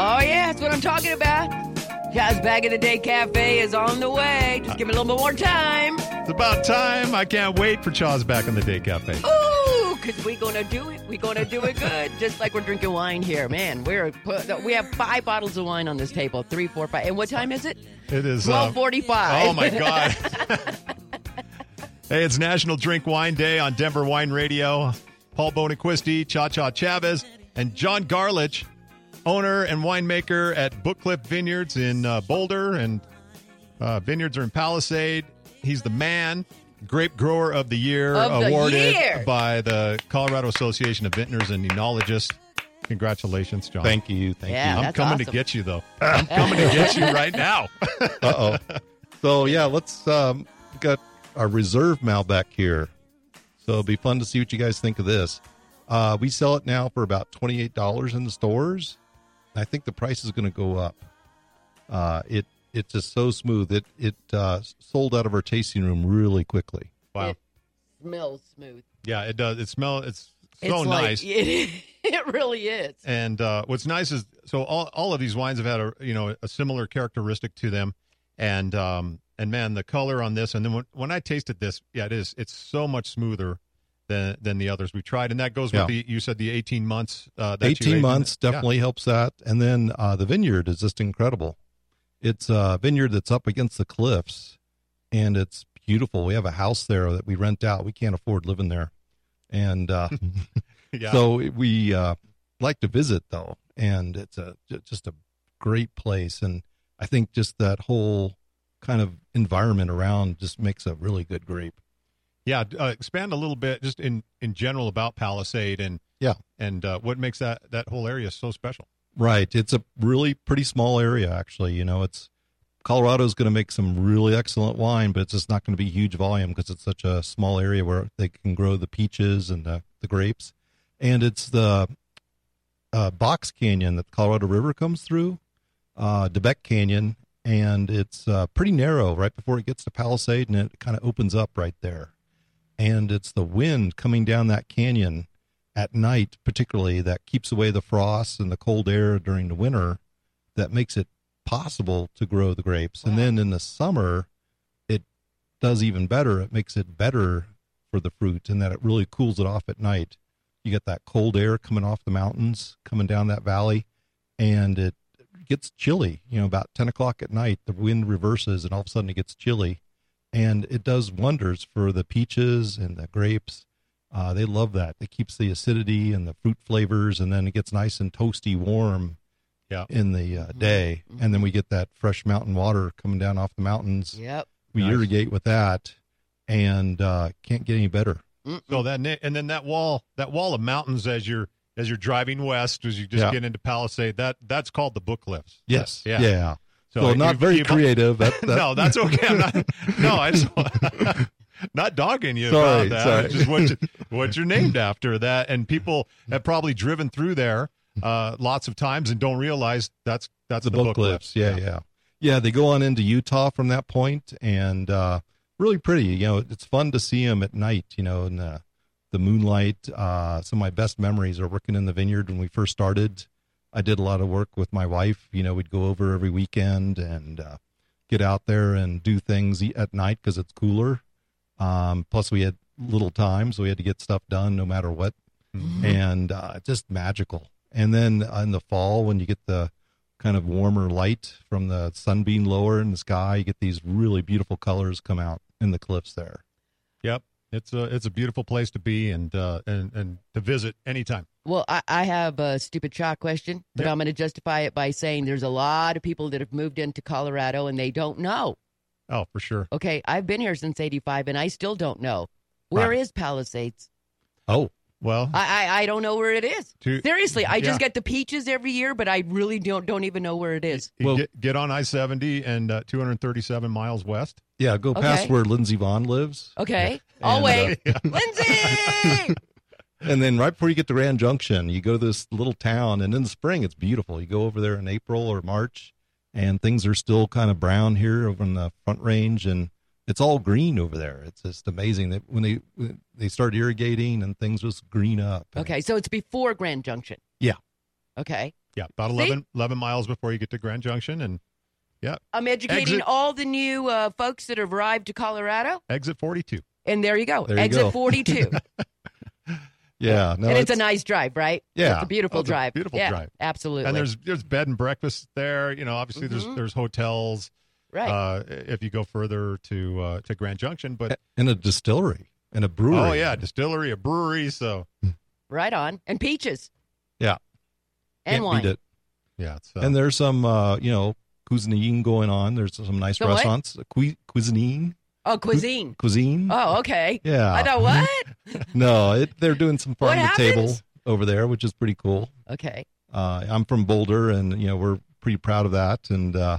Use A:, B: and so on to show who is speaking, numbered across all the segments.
A: Oh, yeah, that's what I'm talking about. Chow's Bag of the Day Cafe is on the way. Just give me a little bit more time.
B: It's about time. I can't wait for Chaw's back in the Day Cafe.
A: Ooh, because we're going to do it. We're going to do it good. Just like we're drinking wine here. Man, we're put, we have five bottles of wine on this table. Three, four, five. And what time is it?
B: It is uh,
A: 1245.
B: Oh my god. hey, it's National Drink Wine Day on Denver Wine Radio. Paul Bonaquisti, Cha Cha Chavez, and John Garlich, owner and winemaker at Bookcliff Vineyards in uh, Boulder, and uh, vineyards are in Palisade. He's the man, grape grower of the year,
A: Of the
B: awarded
A: year.
B: by the Colorado Association of Vintners and Enologists. Congratulations, John.
C: Thank you. Thank
A: Yeah.
C: you.
B: I'm
A: that's
B: coming to
A: awesome.
B: get you though. I'm coming to get you right now.
C: Uh oh. so yeah, let's um we got our reserve Malbec here. So it'll be fun to see what you guys think of this. Uh, we sell it now for about twenty eight dollars in the stores. I think the price is going to go up. Uh, it it's just so smooth. It it uh, sold out of our tasting room really quickly.
B: Wow.
A: It smells smooth.
B: Yeah, it does. It smell. It's so
A: it's like-
B: nice.
A: It, it really is.
B: And uh, what's nice is so all, all of these wines have had a you know a similar characteristic to them, and um and man the color on this and then when, when I tasted this yeah it is it's so much smoother than than the others we tried and that goes
C: Yeah.
B: with the you said the eighteen months uh, that you aged
C: Eighteen
B: in
C: months
B: it. Yeah.
C: definitely helps that. And then uh, the vineyard is just incredible. It's a vineyard that's up against the cliffs, and it's beautiful. We have a house there that we rent out. We can't afford living there, and uh,
B: yeah.
C: so we uh, like to visit though, and it's a ju- just a great place. And I think just that whole kind of environment around just makes a really good grape.
B: Yeah, d- uh, expand a little bit just in in general about Palisade and
C: Yeah.
B: and uh, what makes that that whole area so special.
C: Right. It's a really pretty small area, actually. You know, it's Colorado's going to make some really excellent wine, but it's just not going to be huge volume because it's such a small area where they can grow the peaches and the, the grapes. And it's the uh, Box Canyon that the Colorado River comes through, uh, DeBeck Canyon, and it's uh, pretty narrow right before it gets to Palisade, and it kind of opens up right there. And it's the wind coming down that canyon at night, particularly that keeps away the frost and the cold air during the winter that makes it possible to grow the grapes. And
A: Wow.
C: then in the summer, it does even better. It makes it better for the fruit and that it really cools it off at night. You get that cold air coming off the mountains, coming down that valley, and it gets chilly. You know, about 10 o'clock at night, the wind reverses and all of a sudden it gets chilly. And it does wonders for the peaches and the grapes. Uh, they love that. It keeps the acidity and the fruit flavors, and then it gets nice and toasty warm
B: Yeah.
C: in the uh, day. And then we get that fresh mountain water coming down off the mountains.
A: Yep.
C: We
B: Nice.
C: irrigate with that and uh, can't get any better.
B: So that na- and then that wall that wall of mountains as you're as you're driving west as you just
C: Yeah.
B: get into Palisade that that's called the book cliffs.
C: Yes.
B: Yeah.
C: Yeah. So not
B: you-
C: very
B: you-
C: creative. That, that-
B: no, that's okay. I'm not, no, I just not dogging you
C: Sorry,
B: about that.
C: sorry.
B: It's Just what you, what you're named after that, and people have probably driven through there uh, lots of times and don't realize that's that's
C: the,
B: the,
C: book, clips. Yeah, yeah, yeah, They go on into Utah from that point, and uh, really pretty. You know, it's fun to see them at night. You know, in the, the moonlight. Uh, some of my best memories are working in the vineyard when we first started. I did a lot of work with my wife. You know, we'd go over every weekend and uh, get out there and do things e- at night because it's cooler. Um, plus, we had little time, so we had to get stuff done no matter what
B: Mm-hmm.
C: and uh, just magical. And then in the fall, when you get the kind of warmer light from the sun being lower in the sky, you get these really beautiful colors come out in the cliffs there.
B: Yep. It's a it's a beautiful place to be and uh, and and to visit anytime.
A: Well, I, I have a stupid shot question, but
B: Yep.
A: I'm going to justify it by saying there's a lot of people that have moved into Colorado and they don't know.
B: Oh, for sure.
A: Okay, I've been here since '85 and I still don't know where is
B: Right.
A: Palisades.
C: Oh,
B: Well,
A: I, I I don't know where it is.
B: to
A: Seriously, I just
B: Yeah.
A: get the peaches every year, but I really don't don't even know where it is.
B: you
C: Well-
B: get, get on I seventy and uh, two hundred thirty seven miles west.
C: yeah, go past
A: Okay.
C: where Lindsey Vaughn lives.
A: Okay,
C: Yeah.
A: I'll
C: And,
A: wait.
C: uh,
A: Lindsay.
C: and then right before you get to Grand Junction, you go to this little town, and in the spring, it's beautiful. You go over there in April or March, and things are still kind of brown here over in the Front Range, and it's all green over there. It's just amazing that when they when they start irrigating and things just green up. And
A: okay, so it's before Grand Junction.
C: Yeah.
A: Okay.
B: Yeah, about 11, 11 miles before you get to Grand Junction and
A: I'm educating
B: Exit-
A: all the new uh, folks that have arrived to Colorado,
B: exit 42.
A: and there you go.
C: There you
A: Exit
C: go.
A: 42.
C: Yeah, no,
A: and it's, a nice drive, right?
C: Yeah.
A: It's a beautiful
B: Oh, it's a
A: drive.
B: beautiful
A: Yeah,
B: drive.
A: Absolutely.
B: And there's there's bed and breakfast there. You know, obviously
A: Mhm.
B: there's there's hotels
A: right.
B: uh, if you go further to uh, to Grand Junction, but
C: and a distillery and a brewery.
B: oh yeah, distillery, a brewery, so
A: right on. And peaches.
C: Yeah.
A: And
C: Can't beat
A: wine.
C: it.
B: yeah, it's, uh,
C: And there's some, uh, you know, cuisine going on. There's some nice
A: Some what?
C: restaurants. Cui- cuisine,
A: Oh, cuisine.
C: cuisine.
A: Oh, okay.
C: yeah. Mm-hmm.
A: I thought what?
C: no, it, they're doing some
A: What
C: farm to table
A: happens?
C: over there, which is pretty cool.
A: Okay.
C: Uh, I'm from Boulder, and you know we're pretty proud of that, and uh,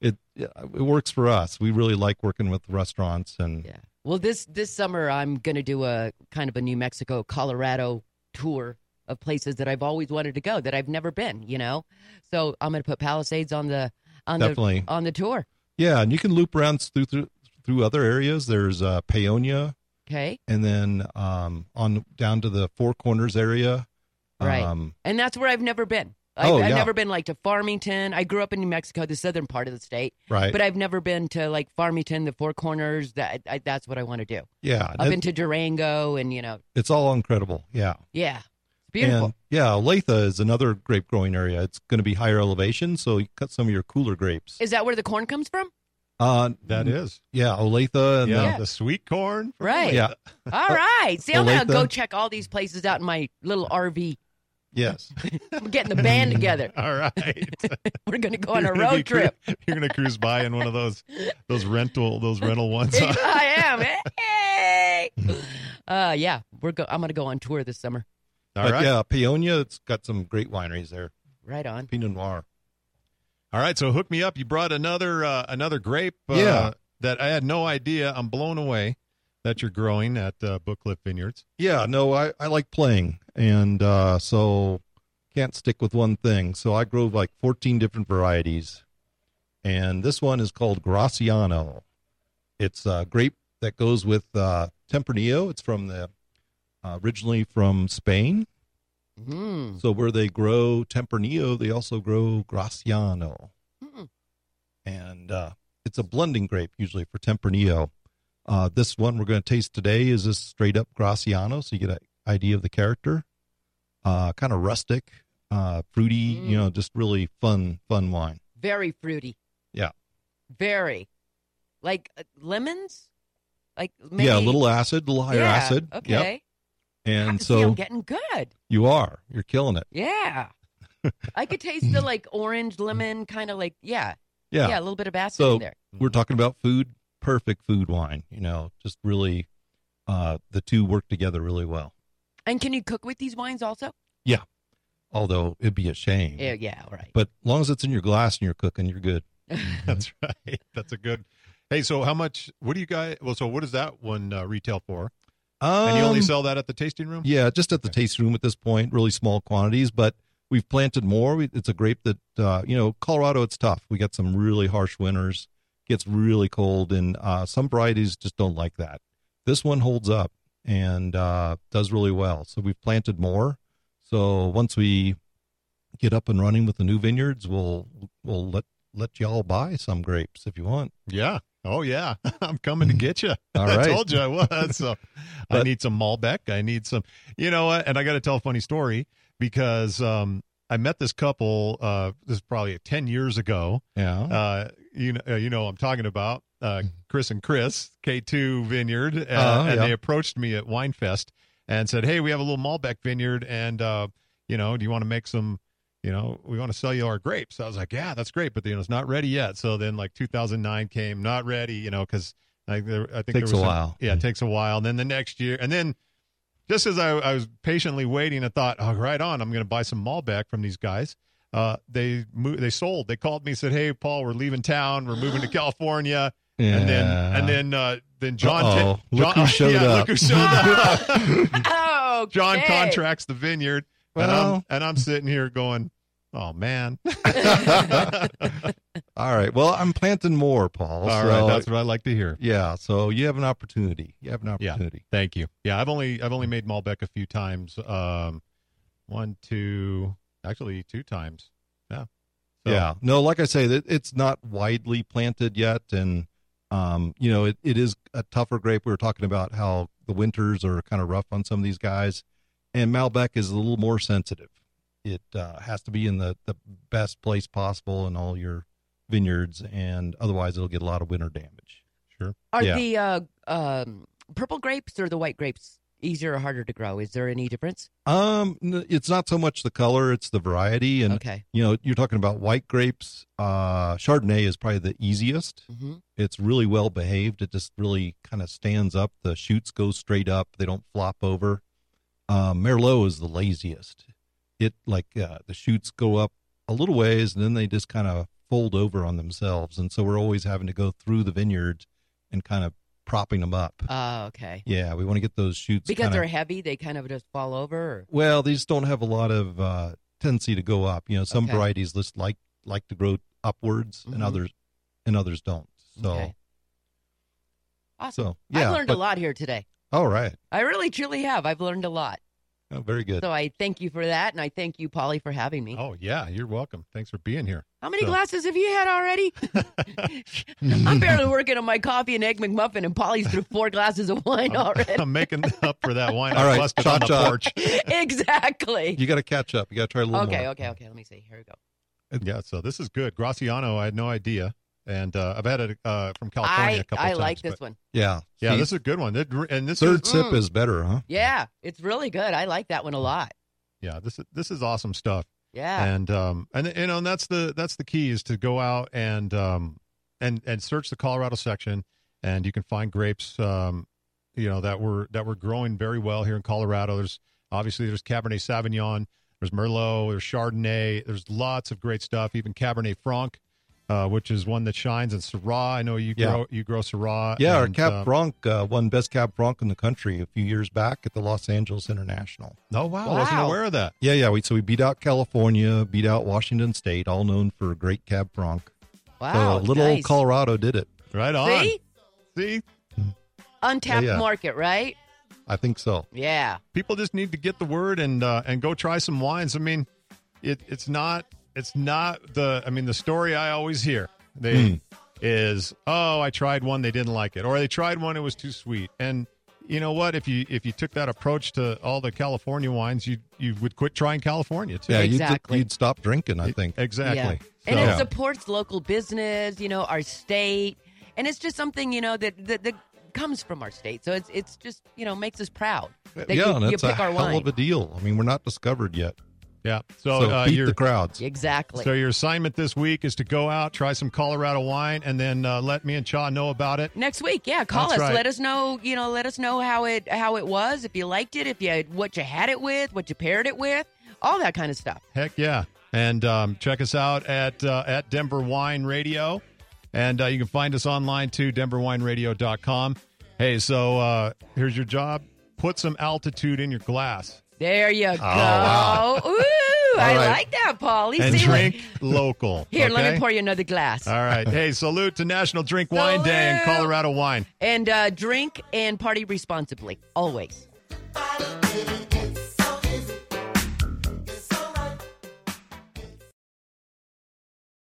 C: it it works for us. We really like working with restaurants, and
A: Yeah. Well, this this summer I'm going to do a kind of a New Mexico, Colorado tour of places that I've always wanted to go that I've never been. You know, so I'm going to put Palisades on the on
C: definitely,
A: the on the tour.
C: yeah. And you can loop around through through, through other areas. There's uh, Peonia,
A: Okay,
C: and then um, on down to the Four Corners area.
A: Right.
C: Um,
A: and that's where I've never been. I've,
C: Oh,
A: I've
C: yeah.
A: never been like to Farmington. I grew up in New Mexico, the southern part of the state,
C: right.
A: but I've never been to like Farmington, the Four Corners. That I, that's what I want to do.
C: yeah.
A: I've been to Durango, and you know,
C: It's all incredible. Yeah.
A: yeah, it's beautiful.
C: And yeah, Olathe is another grape growing area. It's going to be higher elevation, so you cut some of your cooler grapes.
A: Is that where the corn comes from?
C: Uh,
B: that is.
C: Yeah, Olathe. And
B: yeah,
C: then-
A: Yeah.
B: the sweet corn.
A: Right.
C: yeah.
A: All right. See, I'm
C: Olathe.
A: gonna go check all these places out in my little RV.
C: Yes.
A: We're getting the band together.
B: All right.
A: We're gonna go on
B: You're
A: a
B: gonna be
A: road
B: cru-
A: trip.
B: You're gonna cruise by in one of those those rental those rental ones.
A: I am. Hey. Uh, yeah, we're go- I'm gonna go on tour this summer.
B: All
C: but
B: right.
C: yeah, Peonia, it's got some great wineries there.
A: Right on.
C: Pinot Noir.
B: All right, so hook me up. You brought another uh, another grape. Uh,
C: Yeah.
B: That I had no idea. I'm blown away that you're growing at uh, Bookcliff Vineyards.
C: Yeah, no, I, I like playing, and uh, so can't stick with one thing. So I grow like 14 different varieties, and this one is called Graciano. It's a grape that goes with uh, Tempranillo. It's from the uh, originally from Spain.
A: Mm.
C: So where they grow Tempranillo, they also grow Graciano,
A: Mm.
C: and uh, it's a blending grape usually for Tempranillo. Uh, this one we're going to taste today is this straight up Graciano, so you get an idea of the character. Uh, kind of rustic, uh, fruity, you
A: Mm.
C: know, just really fun, fun wine.
A: Very fruity.
C: Yeah.
A: Very. Like uh, lemons. Like maybe,
C: Yeah, a little acid, a little higher
A: Yeah,
C: acid. Yep.
A: Okay.
C: And
A: See, I'm
C: so
A: getting good.
C: you are, you're killing it.
A: Yeah. I could taste the like orange lemon kind of like yeah, yeah
C: Yeah.
A: a little bit of acid
C: So-
A: in there.
C: We're talking about food, perfect food wine, you know, just really, uh, the two work together really well.
A: And can you cook with these wines also?
C: although it'd be a shame.
A: Yeah, yeah, all right.
C: But as long as it's in your glass and you're cooking, you're good.
B: That's
C: Mm-hmm.
B: right. That's a good. Hey, so how much? What do you guys? Well, so what does that one uh, retail for?
C: Um,
B: And you only sell that at the tasting room?
C: yeah, just at the taste room at this point, really small quantities, but we've planted more. We, it's a grape that, uh, you know, Colorado, it's tough. We got some really harsh winters, gets really cold, and uh, some varieties just don't like that. This one holds up and uh, does really well. So we've planted more. So once we get up and running with the new vineyards, we'll we'll let let y'all buy some grapes if you want.
B: Yeah. Oh yeah. I'm coming to get you.
C: Mm-hmm. All
B: I
C: right.
B: told you I was. So I
C: But-
B: need some Malbec. I need some, you know what? And I got to tell a funny story because um, I met this couple. Uh, this is probably ten years ago.
C: Yeah.
B: Uh, you know, uh, you know, what I'm talking about uh, Chris and Chris K2 Vineyard, uh,
C: Uh-huh,
B: and
C: yeah.
B: they approached me at Winefest and said, "Hey, we have a little Malbec vineyard, and uh, you know, do you want to make some?" You know, we want to sell you our grapes. I was like, yeah, that's great, but you know, it's not ready yet. So then, like 2009 came, not ready. You know, because I, there, I think there
C: Takes
B: was
C: a
B: some-
C: while.
B: yeah, it takes a while. And then the next year, and then just as I, I was patiently waiting, I thought, oh, right on, I'm going to buy some Malbec from these guys. Uh, they mo- they sold. They called me, said, "Hey, Paul, we're leaving town. We're moving to California." And then and then uh, then John,
C: Uh-oh.
B: ta-
C: Look
B: John-
C: who showed
B: yeah,
C: up.
B: Look who showed up.
A: Oh,
B: John contracts the vineyard, and I'm
C: Well.
B: and I'm sitting here going, "Oh man,
C: All right. Well, I'm planting more,
B: all
C: Paul.
B: right,
C: so,
B: that's what I like to hear."
C: yeah. So you have an opportunity. You have an
B: Yeah.
C: opportunity.
B: Thank you. Yeah, I've only I've only made Malbec a few times. Um, one, two, Actually, two times. Yeah. So,
C: Yeah. No, like I say, that it's not widely planted yet, and um, you know, it, it is a tougher grape. We were talking about how the winters are kind of rough on some of these guys, and Malbec is a little more sensitive. It uh, has to be in the the best place possible in all your vineyards, and otherwise, it'll get a lot of winter damage. Sure.
A: Are
C: Yeah.
A: the uh, um, purple grapes or the white grapes easier or harder to grow? Is there any difference?
C: Um, n- it's not so much the color; it's the variety, and
A: okay.
C: you know, you're talking about white grapes. Uh, Chardonnay is probably the easiest.
A: hmm
C: it's really well behaved. It just really kind of stands up. The shoots go straight up. They don't flop over. Uh, Merlot is the laziest. It like uh, the shoots go up a little ways and then they just kind of fold over on themselves. And so we're always having to go through the vineyard and kind of propping them up.
A: Oh, okay.
C: yeah, we want to get those shoots
A: Because
C: kinda-
A: they're heavy, they kind of just fall over. Or,
C: well, they just don't have a lot of uh, tendency to go up. You know, some
A: Okay.
C: varieties just like like to grow upwards,
A: Mhm.
C: and others and others don't. So,
A: Okay. Awesome.
C: so yeah,
A: I've learned
C: but-
A: a lot here today.
C: All right.
A: I really, truly have. I've learned a lot.
C: Oh, very good.
A: So I thank you for that, and I thank you, Polly, for having me.
B: oh, yeah. You're welcome. Thanks for being here.
A: How many
B: so-
A: glasses have you had already? I'm barely working on my coffee and egg McMuffin, and Polly's through four glasses of wine
C: Oh.
A: already.
B: I'm making up for that wine
C: All
B: I
C: right,
B: busted on the
C: cha-cha.
B: porch.
A: exactly.
C: you got to catch up. You got to try a little
A: Okay,
C: more.
A: okay, okay. Let me see. Here we go.
B: Yeah, so this is good. Graciano, I had no idea. And uh, I've had it uh, from California a
A: I,
B: couple
A: I
B: times.
A: like this
B: but-
A: one.
C: Yeah.
B: Yeah,
C: See,
B: this is a good one. It- And this
C: third
B: is
C: sip
A: Mm.
C: is better, huh?
A: Yeah, it's really good. I like that one a lot.
B: yeah, this is this is awesome stuff.
A: Yeah.
B: And um and you know and that's the that's the key is to go out and um and and search the Colorado section and you can find grapes um you know that were that were growing very well here in Colorado. There's obviously there's Cabernet Sauvignon, there's Merlot, there's Chardonnay, there's lots of great stuff. Even Cabernet Franc, uh, which is one that shines, and Syrah. I know you
C: Yeah.
B: grow you grow Syrah.
C: Yeah, our
B: and,
C: Cab
B: um,
C: Franc uh, won Best Cab Franc in the country a few years back at the Los Angeles International.
B: Oh wow, I wasn't
A: Wow.
B: aware of that.
C: Yeah, yeah. We so we beat out California, beat out Washington State, all known for great Cab Franc.
A: wow.
C: so uh, little
A: nice.
C: old Colorado did it.
B: Right on.
A: See?
B: See?
A: Untapped
C: Yeah, yeah.
A: market, right?
C: I think so.
A: Yeah.
B: people just need to get the word and uh, and go try some wines. I mean, it, it's not it's not the I mean the story I always hear they
C: Hmm.
B: is oh I tried one they didn't like it or they tried one it was too sweet and you know what if you if you took that approach to all the California wines you you would quit trying California too.
C: Yeah,
A: Exactly.
C: you'd, you'd stop drinking. I think.
B: exactly.
A: Yeah. And it
C: So-
A: supports local business, you know, our state. And it's just something, you know, that that, that comes from our state. So it's it's just, you know, makes us proud. That
C: Uh, yeah,
A: you,
C: and
A: you
C: it's a
A: pick our
C: hell
A: wine.
C: of a deal. I mean, we're not discovered yet,
B: yeah. So,
C: so
B: uh,
C: beat
B: you're
C: the crowds.
A: Exactly.
B: So your assignment this week is to go out, try some Colorado wine, and then uh, let me and Cha know about it.
A: Next week, yeah, call
B: That's
A: us.
B: right.
A: Let us know, you know, let us know how it how it was, if you liked it, if you what you had it with, what you paired it with, all that kind of stuff.
B: Heck yeah. And um, check us out at uh, at Denver Wine Radio. And uh, you can find us online too, denverwineradio.com. Hey, so uh, here's your job put some altitude in your glass
A: There you
B: Oh,
A: go.
C: wow.
A: Ooh, I
C: right.
A: like that, Paulie.
B: and
A: See what-
B: drink local.
A: Here, let
B: okay?
A: me pour you another glass.
B: All right. Hey, salute to National Drink Wine Day and
A: Salute.
B: Colorado Wine.
A: And uh, drink and party responsibly, always.
D: Bottle to the